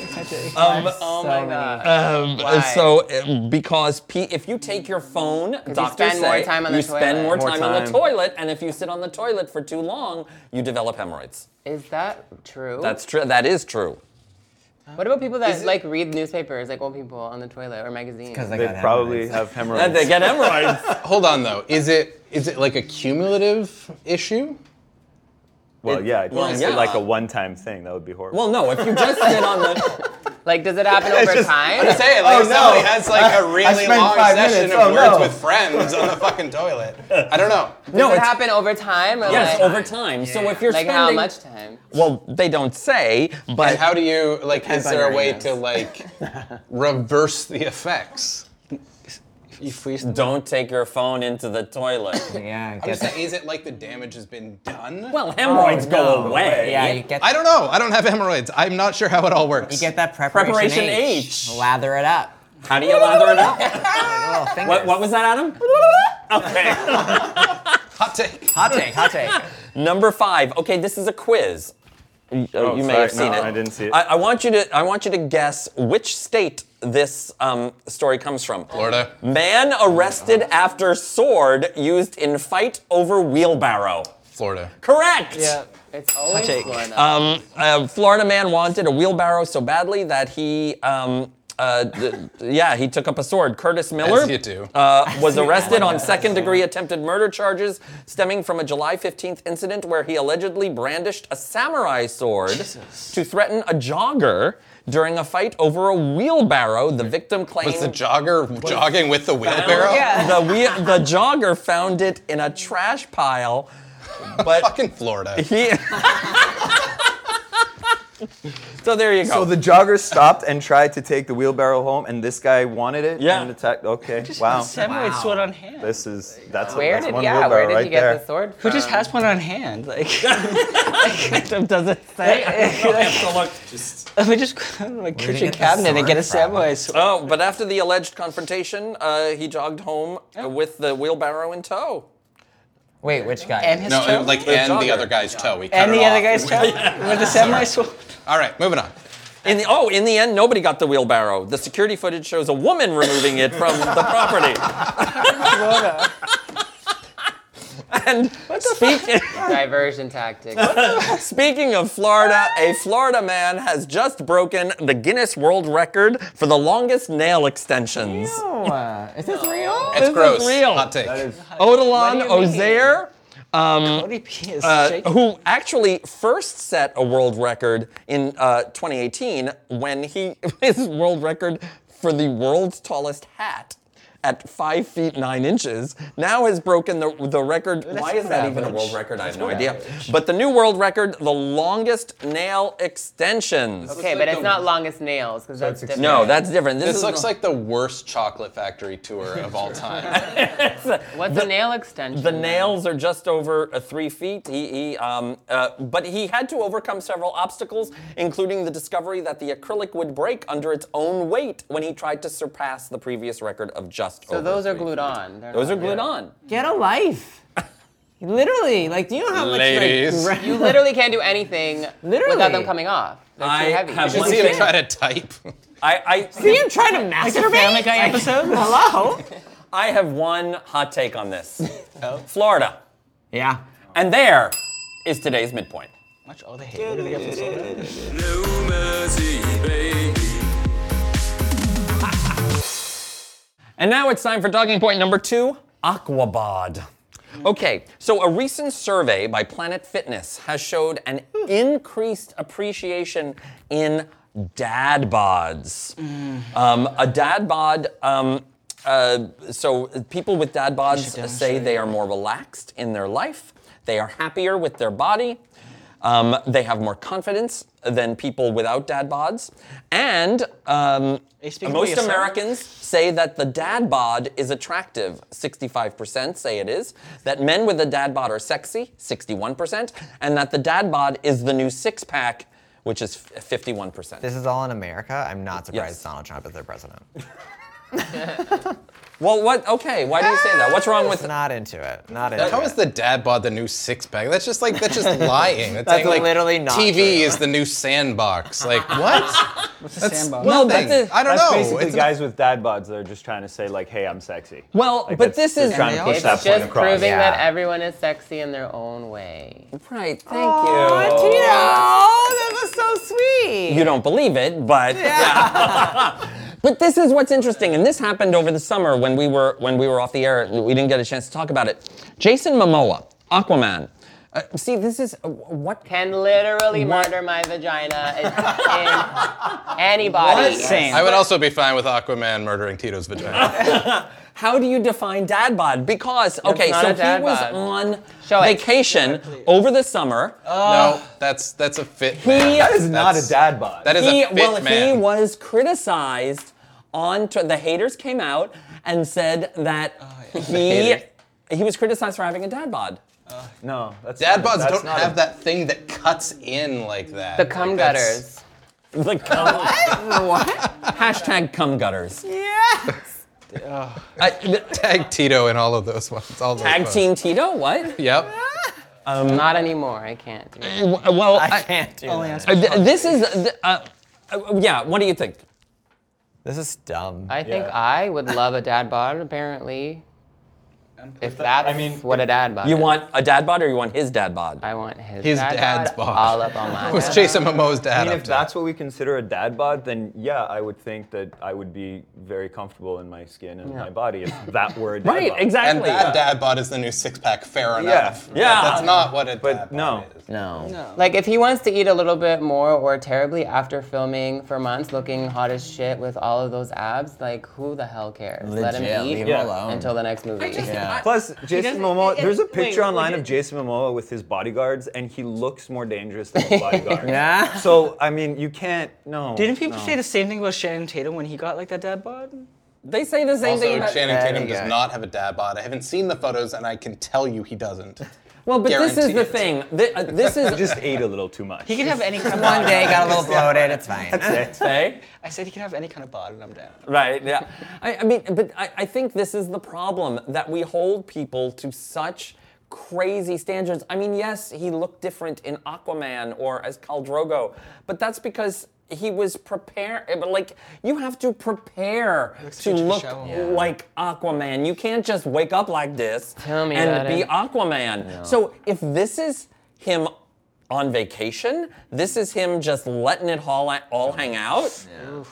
[SPEAKER 5] oh my god.
[SPEAKER 1] Um, uh, so, uh, because P- if you take your phone, doctors
[SPEAKER 5] spend
[SPEAKER 1] say
[SPEAKER 5] more time on the
[SPEAKER 1] you spend
[SPEAKER 5] toilet.
[SPEAKER 1] more,
[SPEAKER 4] More
[SPEAKER 1] time, on the
[SPEAKER 4] time.
[SPEAKER 1] toilet, and if you sit on the toilet for too long, you develop hemorrhoids.
[SPEAKER 5] Is that true?
[SPEAKER 1] That's true. That is true.
[SPEAKER 5] What about people that like read newspapers, like old people on the toilet or magazines?
[SPEAKER 6] Because
[SPEAKER 4] They probably have
[SPEAKER 1] And they
[SPEAKER 4] hemorrhoids.
[SPEAKER 1] get hemorrhoids.
[SPEAKER 2] Hold on though. Is it is it like a cumulative issue?
[SPEAKER 4] Well, yeah. Well,
[SPEAKER 1] yeah.
[SPEAKER 4] Like a one-time thing. That would be horrible.
[SPEAKER 1] well, no, if you just sit on the
[SPEAKER 5] Like, does it happen over
[SPEAKER 4] just-
[SPEAKER 5] time?
[SPEAKER 2] I'm saying, like,
[SPEAKER 4] Oh,
[SPEAKER 2] if somebody
[SPEAKER 4] no.
[SPEAKER 2] has like a really
[SPEAKER 4] spent
[SPEAKER 2] long
[SPEAKER 4] five
[SPEAKER 2] session
[SPEAKER 4] minutes.
[SPEAKER 2] of
[SPEAKER 4] Oh,
[SPEAKER 2] words
[SPEAKER 4] no.
[SPEAKER 2] with friends on the fucking toilet. I don't know.
[SPEAKER 5] does it happen over time? Or
[SPEAKER 1] Yes,
[SPEAKER 5] like,
[SPEAKER 1] over time. So if you're
[SPEAKER 5] Like
[SPEAKER 1] spending,
[SPEAKER 5] how much time?
[SPEAKER 1] well, they don't say, but
[SPEAKER 2] And how do you like?
[SPEAKER 6] Depends
[SPEAKER 2] is
[SPEAKER 6] on
[SPEAKER 2] there a
[SPEAKER 6] your
[SPEAKER 2] way
[SPEAKER 6] anus.
[SPEAKER 2] to like reverse the effects? If we, I'm
[SPEAKER 1] don't take your phone into the toilet.
[SPEAKER 7] Yeah, get
[SPEAKER 2] just
[SPEAKER 7] that.
[SPEAKER 2] saying, is it like the damage has been done?
[SPEAKER 1] well, hemorrhoids go away.
[SPEAKER 6] Yeah, you get
[SPEAKER 2] I don't know. I don't have hemorrhoids. I'm not sure how it all works.
[SPEAKER 6] you get that preparation,
[SPEAKER 1] Preparation H.
[SPEAKER 6] Lather it up.
[SPEAKER 1] How do you lather it up?
[SPEAKER 6] Little fingers.
[SPEAKER 1] what, what was that, Adam? okay.
[SPEAKER 2] hot take.
[SPEAKER 6] Hot take, hot take.
[SPEAKER 1] Number five. Okay, this is a quiz. You, uh,
[SPEAKER 4] Oh,
[SPEAKER 1] you may
[SPEAKER 4] sorry.
[SPEAKER 1] have seen
[SPEAKER 4] No,
[SPEAKER 1] it.
[SPEAKER 4] I didn't see it.
[SPEAKER 1] I, I want you to. I want you to guess which state this um, story comes from.
[SPEAKER 2] Florida.
[SPEAKER 1] Man arrested after sword used in fight over wheelbarrow.
[SPEAKER 2] Florida.
[SPEAKER 1] Correct.
[SPEAKER 5] Yeah, it's always
[SPEAKER 6] take.
[SPEAKER 5] going up.
[SPEAKER 1] Um, a Florida man wanted a wheelbarrow so badly that he, um, uh, th- yeah, he took up a sword. Curtis Miller
[SPEAKER 2] you do.
[SPEAKER 1] Uh, was arrested on second degree attempted murder charges stemming from a July 15th incident where he allegedly brandished a samurai sword to threaten a jogger during a fight over a wheelbarrow. The victim claimed
[SPEAKER 2] Was the jogger jogging with the wheelbarrow?
[SPEAKER 1] the, wheel- the jogger found it in a trash pile, but
[SPEAKER 2] Fucking Florida.
[SPEAKER 1] he. so there you go.
[SPEAKER 4] So the jogger stopped and tried to take the wheelbarrow home, and this guy wanted it.
[SPEAKER 1] Yeah.
[SPEAKER 4] And attacked. Okay. Wow.
[SPEAKER 8] Samurai sword on hand.
[SPEAKER 4] This is that's,
[SPEAKER 5] where
[SPEAKER 4] that's
[SPEAKER 5] did
[SPEAKER 4] one
[SPEAKER 5] yeah?
[SPEAKER 4] wheelbarrow
[SPEAKER 5] Where did
[SPEAKER 4] right
[SPEAKER 5] you get
[SPEAKER 4] there.
[SPEAKER 5] the sword
[SPEAKER 8] Who
[SPEAKER 5] from?
[SPEAKER 8] just has one on hand? Like, let
[SPEAKER 1] does it say?
[SPEAKER 8] me just go to my
[SPEAKER 6] you
[SPEAKER 8] kitchen
[SPEAKER 6] get the
[SPEAKER 8] cabinet and
[SPEAKER 6] sword
[SPEAKER 8] get a
[SPEAKER 6] from?
[SPEAKER 8] samurai sword.
[SPEAKER 1] Oh, but after the alleged confrontation, uh, he jogged home uh, with the wheelbarrow in tow.
[SPEAKER 6] Wait, which guy?
[SPEAKER 8] and his
[SPEAKER 2] No,
[SPEAKER 8] toe.
[SPEAKER 2] and, like and
[SPEAKER 1] jogger.
[SPEAKER 2] the other guy's toe. We cut
[SPEAKER 8] and
[SPEAKER 2] it
[SPEAKER 8] the other
[SPEAKER 2] off.
[SPEAKER 8] guy's toe with the samurai sword.
[SPEAKER 2] All right, moving on.
[SPEAKER 1] In the oh, in the end, nobody got the wheelbarrow. The security footage shows a woman removing it from the property. and speak,
[SPEAKER 5] diversion tactic?
[SPEAKER 1] speaking of Florida, a Florida man has just broken the Guinness World Record for the longest nail extensions.
[SPEAKER 6] uh, is this real?
[SPEAKER 2] It's gross.
[SPEAKER 1] real.
[SPEAKER 2] Hot take.
[SPEAKER 1] Odilon
[SPEAKER 5] What do you mean?
[SPEAKER 1] Ozair.
[SPEAKER 8] Cody P is
[SPEAKER 1] uh,
[SPEAKER 8] shaking.
[SPEAKER 1] who actually first set a world record in uh, 2018 when he his world record for the world's tallest hat at five feet nine inches now has broken the, the record. Why is that even a world record? I have no idea. But the new world record, the longest nail extensions.
[SPEAKER 5] okay, but it's not longest nails because that's different.
[SPEAKER 1] No, that's different. This,
[SPEAKER 2] This
[SPEAKER 1] is
[SPEAKER 2] looks
[SPEAKER 1] the-
[SPEAKER 2] like the worst chocolate factory tour of all time.
[SPEAKER 5] what's a nail extension?
[SPEAKER 1] The nails are just over uh, three feet. He, he um, uh, but he had to overcome several obstacles, including the discovery that the acrylic would break under its own weight when he tried to surpass the previous record of just.
[SPEAKER 5] So
[SPEAKER 1] over
[SPEAKER 5] those are
[SPEAKER 1] three
[SPEAKER 5] glued
[SPEAKER 1] feet.
[SPEAKER 5] on. They're
[SPEAKER 1] Those
[SPEAKER 5] not-
[SPEAKER 1] are glued on.
[SPEAKER 6] Get a life. Literally, like, do you know how
[SPEAKER 2] much, like, Ladies. re-
[SPEAKER 5] You literally can't do anything
[SPEAKER 6] Literally.
[SPEAKER 5] without them coming off. They're too
[SPEAKER 1] I
[SPEAKER 5] heavy.
[SPEAKER 1] have
[SPEAKER 2] You
[SPEAKER 1] one-
[SPEAKER 2] see him try to type.
[SPEAKER 1] I,
[SPEAKER 6] See
[SPEAKER 1] I,
[SPEAKER 6] him try to masturbate? Family Guy episode? Hello?
[SPEAKER 1] I have one hot take on this.
[SPEAKER 5] Oh.
[SPEAKER 1] Florida,
[SPEAKER 6] Yeah.
[SPEAKER 1] and there is today's midpoint.
[SPEAKER 8] Watch all the hate. We're gonna get from someone else.
[SPEAKER 1] And now it's time for talking point number two Aquabod. Okay, so a recent survey by Planet Fitness has showed an increased appreciation in dad bods. Um, a dad bod, um, uh, so people with dad bods say they are more relaxed in their life, they are happier with their body, um, they have more confidence than people without dad bods, and um,
[SPEAKER 8] speaking for
[SPEAKER 1] most
[SPEAKER 8] yourself.
[SPEAKER 1] Americans say that the dad bod is attractive. 65% say it is. That men with a dad bod are sexy. 61%, and that the dad bod is the new six pack, which is f- 51%.
[SPEAKER 6] This is all in America. I'm not surprised
[SPEAKER 1] Yes.
[SPEAKER 6] Donald Trump is their president.
[SPEAKER 1] well, what? Okay, why do you say that? What's wrong with?
[SPEAKER 6] Not into it. Not into
[SPEAKER 2] How
[SPEAKER 6] it.
[SPEAKER 2] is the dad bod the new six pack? That's just like that's just lying. That's,
[SPEAKER 6] That's
[SPEAKER 2] saying, like
[SPEAKER 6] literally not
[SPEAKER 2] TV
[SPEAKER 6] true.
[SPEAKER 2] is the new sandbox. Like what?
[SPEAKER 8] What's the sandbox?
[SPEAKER 1] Well,
[SPEAKER 2] Nothing.
[SPEAKER 1] Oh, that's a-
[SPEAKER 2] I don't
[SPEAKER 4] That's
[SPEAKER 2] know.
[SPEAKER 4] basically
[SPEAKER 2] It's not-
[SPEAKER 4] guys with dad bods that are just trying to say like, "Hey, I'm sexy."
[SPEAKER 1] Well,
[SPEAKER 4] Like,
[SPEAKER 1] but
[SPEAKER 4] that's-
[SPEAKER 1] this
[SPEAKER 4] they're
[SPEAKER 1] is
[SPEAKER 4] trying to push
[SPEAKER 5] It's
[SPEAKER 4] that point
[SPEAKER 5] just
[SPEAKER 4] across.
[SPEAKER 5] proving
[SPEAKER 6] Yeah.
[SPEAKER 5] that everyone is sexy in their own way.
[SPEAKER 1] right. Thank
[SPEAKER 6] Oh, Tito, Oh, that was so sweet.
[SPEAKER 1] you don't believe it, but but this is what's interesting, and this happened over the summer when we were when we were off the air. We didn't get a chance to talk about it. Jason Momoa, Aquaman, Uh, see, this is uh, what
[SPEAKER 5] Can literally
[SPEAKER 1] What?
[SPEAKER 5] murder my vagina in- in anybody.
[SPEAKER 8] Same.
[SPEAKER 2] I would also be fine with Aquaman murdering Tito's vagina.
[SPEAKER 1] How do you define dad bod? Because okay,
[SPEAKER 5] not
[SPEAKER 1] so
[SPEAKER 5] a dad
[SPEAKER 1] he was
[SPEAKER 5] bod.
[SPEAKER 1] on
[SPEAKER 5] Show it. Oh,
[SPEAKER 1] vacation over the summer.
[SPEAKER 2] no, that's that's a fit man.
[SPEAKER 1] That is
[SPEAKER 4] not a
[SPEAKER 2] That's-
[SPEAKER 4] dad bod.
[SPEAKER 2] That is
[SPEAKER 1] he,
[SPEAKER 2] a fit
[SPEAKER 1] well,
[SPEAKER 2] man.
[SPEAKER 1] he was criticized on tw- the haters came out and said that
[SPEAKER 5] Oh,
[SPEAKER 1] he
[SPEAKER 2] haters.
[SPEAKER 1] he was criticized for having a dad bod.
[SPEAKER 4] no, that's
[SPEAKER 2] Dad
[SPEAKER 4] not,
[SPEAKER 2] bods
[SPEAKER 4] that's
[SPEAKER 2] don't
[SPEAKER 4] not
[SPEAKER 2] have
[SPEAKER 4] a-
[SPEAKER 2] that thing that cuts in like that.
[SPEAKER 5] The cum
[SPEAKER 2] Like, that's-
[SPEAKER 5] gutters.
[SPEAKER 1] Like what? Hashtag cum gutters. Uh, th-
[SPEAKER 2] Tag Tito in all of those ones. All those
[SPEAKER 1] tag
[SPEAKER 2] ones.
[SPEAKER 1] team Tito. What?
[SPEAKER 2] Yep.
[SPEAKER 5] Not anymore. I can't. do it.
[SPEAKER 1] Well,
[SPEAKER 6] I can't do that.
[SPEAKER 1] Uh, th- this is, th- uh, uh, yeah, what do you think?
[SPEAKER 6] This is dumb.
[SPEAKER 5] I think
[SPEAKER 4] Yeah.
[SPEAKER 5] I would love a dad bod. Apparently, if that's
[SPEAKER 4] I mean,
[SPEAKER 5] what a dad bod.
[SPEAKER 1] You
[SPEAKER 5] is.
[SPEAKER 1] want a dad bod or you want his dad bod?
[SPEAKER 5] I want his,
[SPEAKER 2] His
[SPEAKER 5] dad
[SPEAKER 2] dad's bod.
[SPEAKER 5] all up on my.
[SPEAKER 2] Was Jason Momoa's
[SPEAKER 4] I
[SPEAKER 2] dad
[SPEAKER 4] mean,
[SPEAKER 2] up
[SPEAKER 4] if
[SPEAKER 2] to?
[SPEAKER 4] that's what we consider a dad bod, then yeah, I would think that I would be very comfortable in my skin and my body if that were a dad
[SPEAKER 1] Right,
[SPEAKER 4] bod.
[SPEAKER 2] and
[SPEAKER 1] exactly.
[SPEAKER 2] that dad bod is the new six pack. Fair
[SPEAKER 4] Yeah.
[SPEAKER 2] enough.
[SPEAKER 1] Yeah.
[SPEAKER 2] That's not what it.
[SPEAKER 4] But
[SPEAKER 2] dad bod
[SPEAKER 4] no.
[SPEAKER 2] is.
[SPEAKER 6] no.
[SPEAKER 5] Like if he wants to eat a little bit more or terribly after filming for months, looking hot as shit with all of those abs, like who the hell cares? Let
[SPEAKER 6] Legit,
[SPEAKER 5] him eat
[SPEAKER 6] leave
[SPEAKER 4] Yeah.
[SPEAKER 6] him alone.
[SPEAKER 5] until the next movie.
[SPEAKER 6] yeah.
[SPEAKER 4] Plus, Jason
[SPEAKER 8] doesn't-
[SPEAKER 4] Momoa.
[SPEAKER 8] it- it-
[SPEAKER 4] there's a
[SPEAKER 8] wait,
[SPEAKER 4] picture
[SPEAKER 8] wait,
[SPEAKER 4] online
[SPEAKER 8] it-
[SPEAKER 4] of Jason Momoa with his bodyguards, and he looks more dangerous than his bodyguards.
[SPEAKER 6] Yeah.
[SPEAKER 4] So I mean, you can't. No.
[SPEAKER 8] Didn't people
[SPEAKER 4] no.
[SPEAKER 8] say the same thing about Shannon Tatum when he got like that dad bod?
[SPEAKER 1] They say the same thing
[SPEAKER 2] Also,
[SPEAKER 1] about
[SPEAKER 2] Channing Tatum
[SPEAKER 6] Any guy.
[SPEAKER 2] does not have a dad bod. I haven't seen the photos, and I can tell you he doesn't.
[SPEAKER 1] Well, but this is the
[SPEAKER 2] Guaranteed.
[SPEAKER 1] thing. Th- uh, This
[SPEAKER 4] I
[SPEAKER 1] is
[SPEAKER 4] just ate a little too much.
[SPEAKER 8] He can have any kind of
[SPEAKER 6] One
[SPEAKER 8] bod.
[SPEAKER 6] day got a little bloated. It's fine.
[SPEAKER 1] say
[SPEAKER 8] I said he can have any kind of bod, and I'm down.
[SPEAKER 1] right. Yeah. I, I mean, but I, I think this is the problem that we hold people to such crazy standards. I mean, yes, he looked different in Aquaman or as Khal Drogo, but that's because he was prepared. Like you have to prepare to
[SPEAKER 8] Future
[SPEAKER 1] look
[SPEAKER 8] Shovel.
[SPEAKER 1] like Aquaman. You can't just wake up like this
[SPEAKER 5] Tell me
[SPEAKER 1] and
[SPEAKER 5] about
[SPEAKER 1] be
[SPEAKER 5] it.
[SPEAKER 1] Aquaman. So if this is him on vacation, this is him just letting it all, all hang out.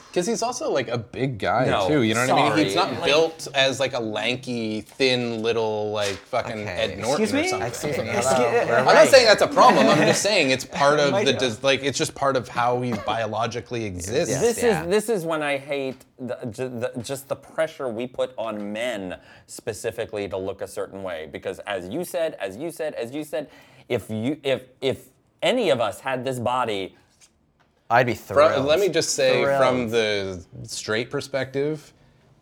[SPEAKER 2] Because he's also like a big guy
[SPEAKER 1] No,
[SPEAKER 2] too. You know what I mean? He's
[SPEAKER 1] sorry.
[SPEAKER 2] not built as like a lanky, thin little like fucking
[SPEAKER 6] Okay.
[SPEAKER 2] Ed Norton
[SPEAKER 8] Excuse me?
[SPEAKER 2] or something.
[SPEAKER 6] Excuse me.
[SPEAKER 8] Excuse-
[SPEAKER 6] Hello.
[SPEAKER 2] I'm not saying that's a problem. I'm just saying it's part of the dis- like it's just part of how he biologically exists.
[SPEAKER 6] Yeah.
[SPEAKER 1] This is this is when I hate the, ju- the, just the pressure we put on men specifically to look a certain way because as you said, as you said, as you said, if you if if any of us had this body,
[SPEAKER 6] I'd be
[SPEAKER 2] Fro-
[SPEAKER 6] thrilled.
[SPEAKER 2] let me just say,
[SPEAKER 6] Thrilled.
[SPEAKER 2] from the straight perspective,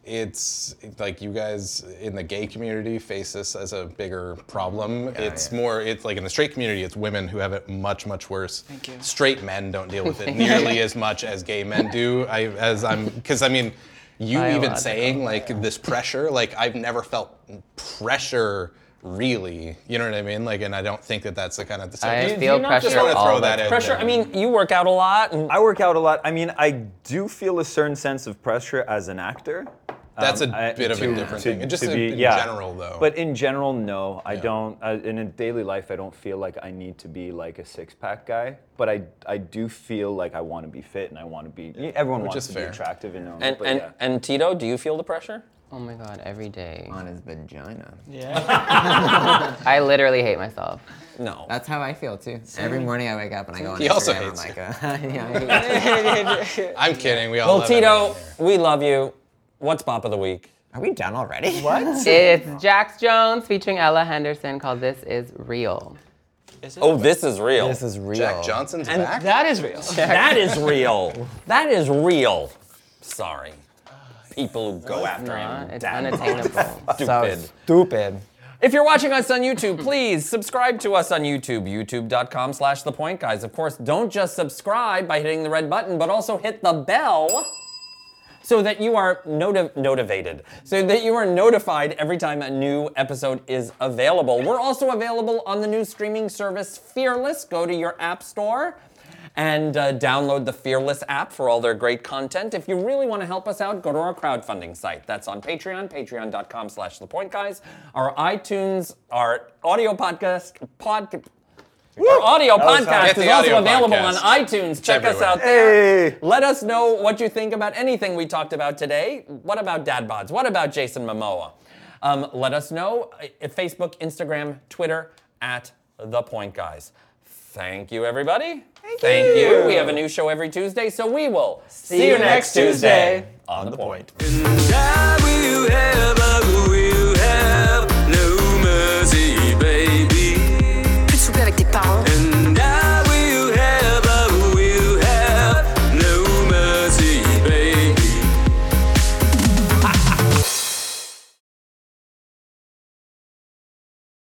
[SPEAKER 2] it's like you guys in the gay community face this as a bigger problem. it's
[SPEAKER 6] yeah.
[SPEAKER 2] more, it's like in the straight community, it's women who have it much, much worse. Thank
[SPEAKER 8] you.
[SPEAKER 2] Straight men don't deal with it nearly as much as gay men do. I, as I'm, because I mean, you even
[SPEAKER 5] Biological,
[SPEAKER 2] saying like this pressure, like I've never felt pressure really. You know what I mean? Like, and I don't think that that's the kind of. So
[SPEAKER 5] I
[SPEAKER 2] just-
[SPEAKER 5] feel
[SPEAKER 1] not
[SPEAKER 5] pressure
[SPEAKER 2] just want to
[SPEAKER 5] all
[SPEAKER 2] throw
[SPEAKER 5] the
[SPEAKER 2] that
[SPEAKER 5] time.
[SPEAKER 2] in.
[SPEAKER 1] pressure.
[SPEAKER 2] there.
[SPEAKER 1] I mean, Mm-hmm. you work out a lot, and
[SPEAKER 4] I work out a lot. I mean, I do feel a certain sense of pressure as an actor.
[SPEAKER 2] That's
[SPEAKER 4] Um,
[SPEAKER 2] a
[SPEAKER 4] I-
[SPEAKER 2] bit of
[SPEAKER 4] to-
[SPEAKER 2] a different
[SPEAKER 4] to-
[SPEAKER 2] thing. It Just
[SPEAKER 4] to
[SPEAKER 2] in,
[SPEAKER 4] be-
[SPEAKER 2] in
[SPEAKER 4] yeah.
[SPEAKER 2] general, though.
[SPEAKER 4] But in general, no, I don't. Uh, in a daily life, I don't feel like I need to be like a six pack guy, but I I do feel like I want to be fit and I want to be. Everyone
[SPEAKER 2] Which
[SPEAKER 4] wants
[SPEAKER 2] is
[SPEAKER 4] to
[SPEAKER 2] fair.
[SPEAKER 4] be attractive and, normal,
[SPEAKER 1] and
[SPEAKER 4] but
[SPEAKER 1] and,
[SPEAKER 4] yeah.
[SPEAKER 1] and Tito, do you feel the pressure?
[SPEAKER 5] Oh my god, every day.
[SPEAKER 6] on his vagina.
[SPEAKER 8] Yeah.
[SPEAKER 5] I literally hate myself.
[SPEAKER 1] No.
[SPEAKER 6] That's how I feel too. Every morning I wake up and I go on
[SPEAKER 2] He
[SPEAKER 6] Instagram.
[SPEAKER 2] also
[SPEAKER 6] I'm
[SPEAKER 2] hates
[SPEAKER 6] like,
[SPEAKER 2] you.
[SPEAKER 6] uh, yeah,
[SPEAKER 2] I'm kidding. We all
[SPEAKER 1] well,
[SPEAKER 2] love
[SPEAKER 1] Tito,
[SPEAKER 2] everyone here.
[SPEAKER 1] we love you. What's bop of the week?
[SPEAKER 6] are we done already? What?
[SPEAKER 5] It's Jax Jones featuring Ella Henderson called This Is Real.
[SPEAKER 1] Oh, this is real.
[SPEAKER 6] This is real.
[SPEAKER 2] Jack Johnson's back.
[SPEAKER 8] that is real.
[SPEAKER 1] That is real. That is real. Sorry, people who go after
[SPEAKER 5] Uh,
[SPEAKER 1] him.
[SPEAKER 5] it's unattainable.
[SPEAKER 6] So
[SPEAKER 1] Stupid.
[SPEAKER 6] stupid.
[SPEAKER 1] If you're watching us on YouTube, please subscribe to us on YouTube, youtube.com slash the point guys. Of course, don't just subscribe by hitting the red button, but also hit the bell so that you are noti- notivated, so that you are notified every time a new episode is available. We're also available on the new streaming service Fearless. Go to your app store and uh, download the Fearless app for all their great content. If you really want to help us out, go to our crowdfunding site. That's on Patreon, patreon.com slash thepointguys. Our iTunes, our audio podcast, pod, our audio
[SPEAKER 4] That was
[SPEAKER 1] podcast
[SPEAKER 4] hot.
[SPEAKER 2] Get
[SPEAKER 1] is
[SPEAKER 2] the
[SPEAKER 1] also
[SPEAKER 2] audio
[SPEAKER 1] available
[SPEAKER 2] podcast.
[SPEAKER 1] on iTunes. Check us
[SPEAKER 2] everywhere.
[SPEAKER 1] out there. Let us know what you think about anything we talked about today. What about dad bods? What about Jason Momoa? Um, let us know uh, at Facebook, Instagram, Twitter at the point guys. Thank you, everybody. Thank, you. We have a new show every Tuesday, so we will see,
[SPEAKER 8] you next Tuesday.
[SPEAKER 1] on, the point.
[SPEAKER 9] W-A-